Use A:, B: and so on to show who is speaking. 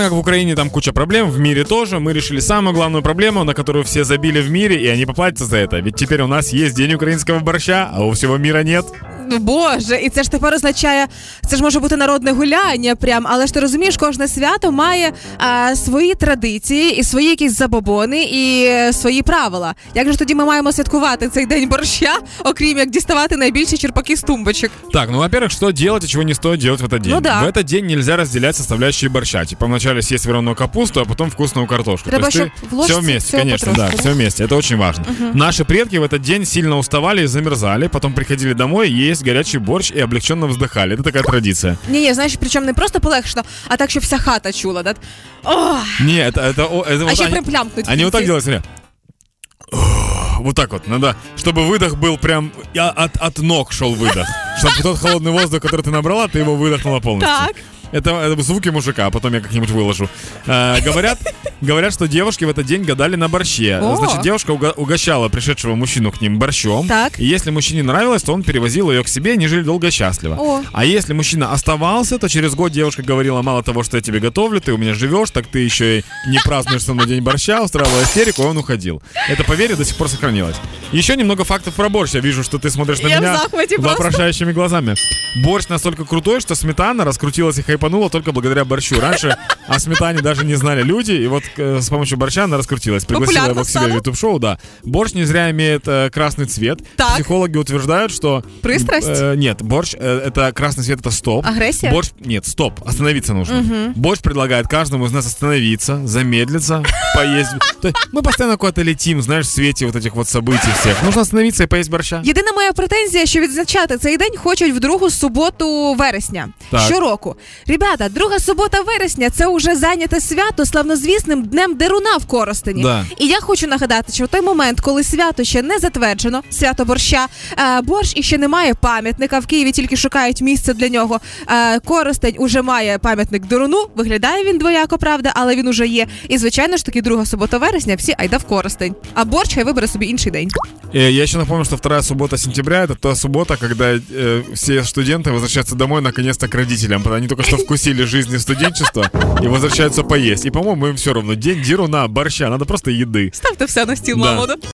A: как в Украине там куча проблем, в мире тоже. Мы решили самую главную проблему, на которую все забили в мире, и они поплатятся за это. Ведь теперь у нас есть день украинского борща, а у всего мира нет.
B: Ну, Боже, і це ж тепер означає, це ж може бути народне гуляння, прям. Але ж ти розумієш, кожне свято має а, свої традиції і свої якісь забобони і е, свої правила. Як же ж тоді ми маємо святкувати цей день борща, окрім як діставати найбільші черпаки з тумбочок?
A: Так, ну, во-первых, что делать и чего не стоит делать в этот день.
B: Ну да.
A: В этот день нельзя разделять составляющие борща. Типа вначале съесть вареную капусту, а потом вкусную картошку.
B: Треба,
A: То есть
B: чтоб в ложке
A: все вместе,
B: всё
A: конечно, да,
B: потрошку.
A: все вместе. Это очень важно. Наши предки в этот день сильно уставали и замерзали, потом приходили домой, есть горячий борщ и облегченно вздыхали. Это такая традиция.
B: Ні, ні, знаєш, причому не просто полегшено, а так, щоб вся хата чула. Да? О,
A: Не, это, это, о- это
B: а
A: вот
B: ще
A: они-
B: приплямкнуть. в
A: Они вот так
B: кінці.
A: делают, смотри. Вот так вот, надо, чтобы выдох был прям я- от, от ног шел выдох. Чтобы тот холодный воздух, который ты набрала, ты его выдохнула полностью.
B: Так.
A: Это, это звуки мужика, а потом я как-нибудь выложу. Э, говорят, говорят, что девушки в этот день гадали на борще.
B: О.
A: Значит, девушка уга- угощала пришедшего мужчину к ним борщом.
B: Так.
A: И если мужчине нравилось, то он перевозил ее к себе, и они жили долго и счастливо.
B: О.
A: А если мужчина оставался, то через год девушка говорила, мало того, что я тебе готовлю, ты у меня живешь, так ты еще и не празднуешь со мной день борща, устраивала истерику, и он уходил. Это поверье до сих пор сохранилось. Еще немного фактов про борщ. Я вижу, что ты смотришь на
B: Я в
A: меня
B: захвате просто.
A: вопрошающими глазами. Борщ настолько крутой, что сметана раскрутилась и хайпанула только благодаря борщу. Раньше о сметане даже не знали люди, и вот э, с помощью борща она раскрутилась. Пригласила
B: Популярно
A: его к себе в
B: стало?
A: YouTube-шоу, да. Борщ не зря имеет э, красный цвет.
B: Так.
A: Психологи утверждают, что...
B: Пристрасть?
A: Э, нет, борщ э, это красный цвет, это стоп.
B: Агрессия?
A: Борщ, нет, стоп, остановиться нужно. Борщ предлагает каждому из нас остановиться, замедлиться, поесть. То есть Мы постоянно куда-то летим, знаешь, в свете вот этих вот событий всех. Нужно остановиться и поесть борща.
B: Єдина моя претензія, що відзначати цей день хочуть в другу суботу вересня
A: Так.
B: щороку. Ребята, друга субота вересня це уже зайняте свято славнозвісним днем деруна в Коростені.
A: Да.
B: І я хочу нагадати, що в той момент, коли свято ще не затверджено, свято борща, е, борщ іще не має пам'ятника. В Києві тільки шукають місце для нього. Е, Коростень уже має пам'ятник деруну. Виглядає він двояко, правда, але він уже є. І звичайно ж таки, друга субота вересня всі айда в Коростень. А борщ хай вибере собі інший день.
A: Э, Я еще напомню, что вторая суббота сентября это та суббота, когда э, все студенты возвращаются домой наконец-то к родителям. потому Они только что вкусили жизни студенчества и возвращаются поесть. И, по-моему, им все равно. День Дируна, борща, надо просто еды.
B: Ставте все на стіл,
A: Да.
B: мамо. да?